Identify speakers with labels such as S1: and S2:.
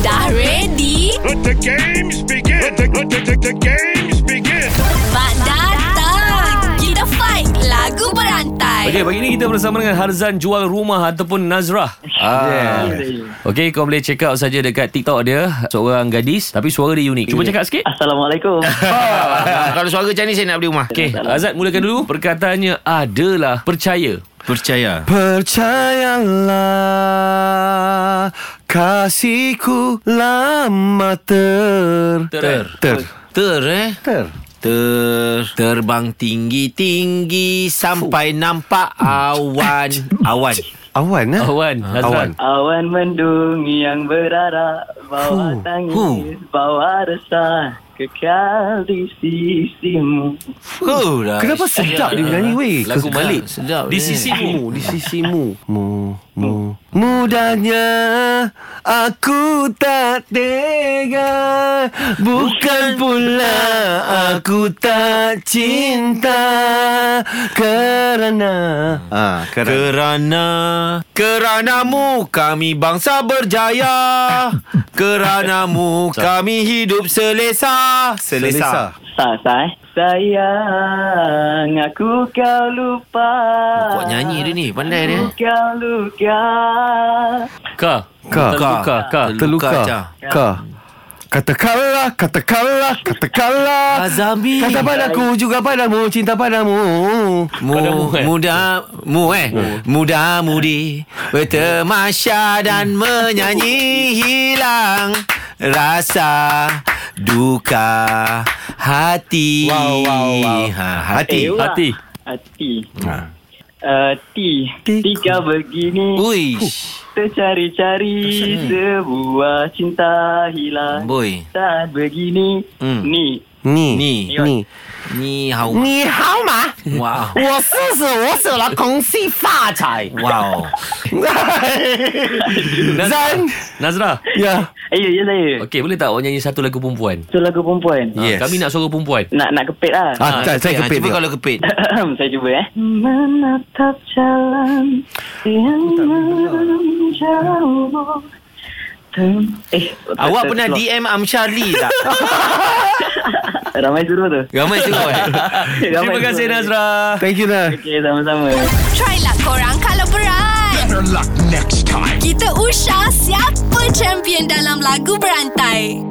S1: Dah ready?
S2: Let the games begin. Let the, let the, the, the games begin.
S1: Mak datang! Kita fight lagu berantai.
S3: Okey, pagi ni kita bersama dengan Harzan jual rumah ataupun Nazrah. Ah. Okey, kau boleh check out saja dekat TikTok dia, seorang gadis tapi suara dia unik. Cuba cakap sikit.
S4: Assalamualaikum.
S5: Ah, kalau suara macam ni saya nak beli rumah.
S3: Okey, Azad mulakan dulu. Perkataannya adalah percaya.
S6: Percaya
S7: Percayalah kasihku lama ter
S3: Ter.
S7: ter
S5: Ter eh.
S7: ter.
S5: Ter terbang tinggi-tinggi sampai nampak awan. Awan.
S7: Awan lah.
S3: Awan, Azad.
S7: awan.
S4: Awan mendung Ah, yang berarak Bawa
S7: Fuh,
S4: tangis,
S5: fuh.
S4: bawa resah Kekal di sisimu
S5: Oh, dah.
S7: Kenapa sedap dia nyanyi weh?
S3: Lah.
S5: Lagu
S7: Kes-
S5: Malik. Sedap.
S3: Di
S5: eh.
S3: sisimu.
S7: di sisimu mu mu mudahnya aku tak tega bukan pula aku tak cinta kerana ah kerana
S5: Kerana Keranamu kami bangsa berjaya Keranamu kami hidup selesa Selesa,
S4: Sah, sah eh? Sayang, aku kau lupa
S5: Kuat nyanyi dia ni Pandai dia
S4: Aku kau luka
S3: Ka.
S7: Ka.
S3: Terluka. Ka.
S7: terluka
S5: Terluka, Jah.
S7: ka katakanlah katakanlah katakanlah
S5: Azami
S7: kata padaku juga padamu cinta padamu
S5: Mu,
S3: Padamu, eh?
S5: muda mu eh muda mudi bertemasya dan menyanyi hilang rasa duka hati
S7: Wow, wow, wow.
S5: Ha, hati
S4: Eh,
S5: Ha.
S4: wah.
S3: Hati.
S4: Hati Uh, T Tiga begini
S5: Uish
S4: Tercari-cari Sebuah cinta hilang
S5: boy
S4: Saat begini
S5: Hmm.
S4: Ni
S7: ni
S5: Ni.
S7: ni
S5: 你好，
S7: 你好吗？
S5: 哇
S7: 我试试，我手拿恭喜发财。
S5: 哇哦，
S7: Zan
S3: Nazrah.
S7: Ya
S4: Eh, ya saya
S3: Okey, boleh tak awak nyanyi satu lagu perempuan?
S4: Itu lagu perempuan
S3: Ha,
S5: Yes.
S3: Kami nak suara perempuan.
S4: Nak nak kepit lah
S7: ah, tak, Saya kepit
S5: Cuba
S7: dia
S5: kalau kepit
S4: Saya cuba eh Menatap jalan Yang menjauh Eh
S5: Awak
S4: ter-
S5: pernah
S4: terkeluar.
S5: DM Amsharli tak?
S4: Ramai suruh tu
S5: Ramai suruh eh
S3: Terima kasih Nazrah.
S7: Thank you lah
S4: Okay sama-sama
S1: Try lah korang kalau berat.
S2: Better luck next time.
S1: Kita usah siapa champion dalam lagu berantai.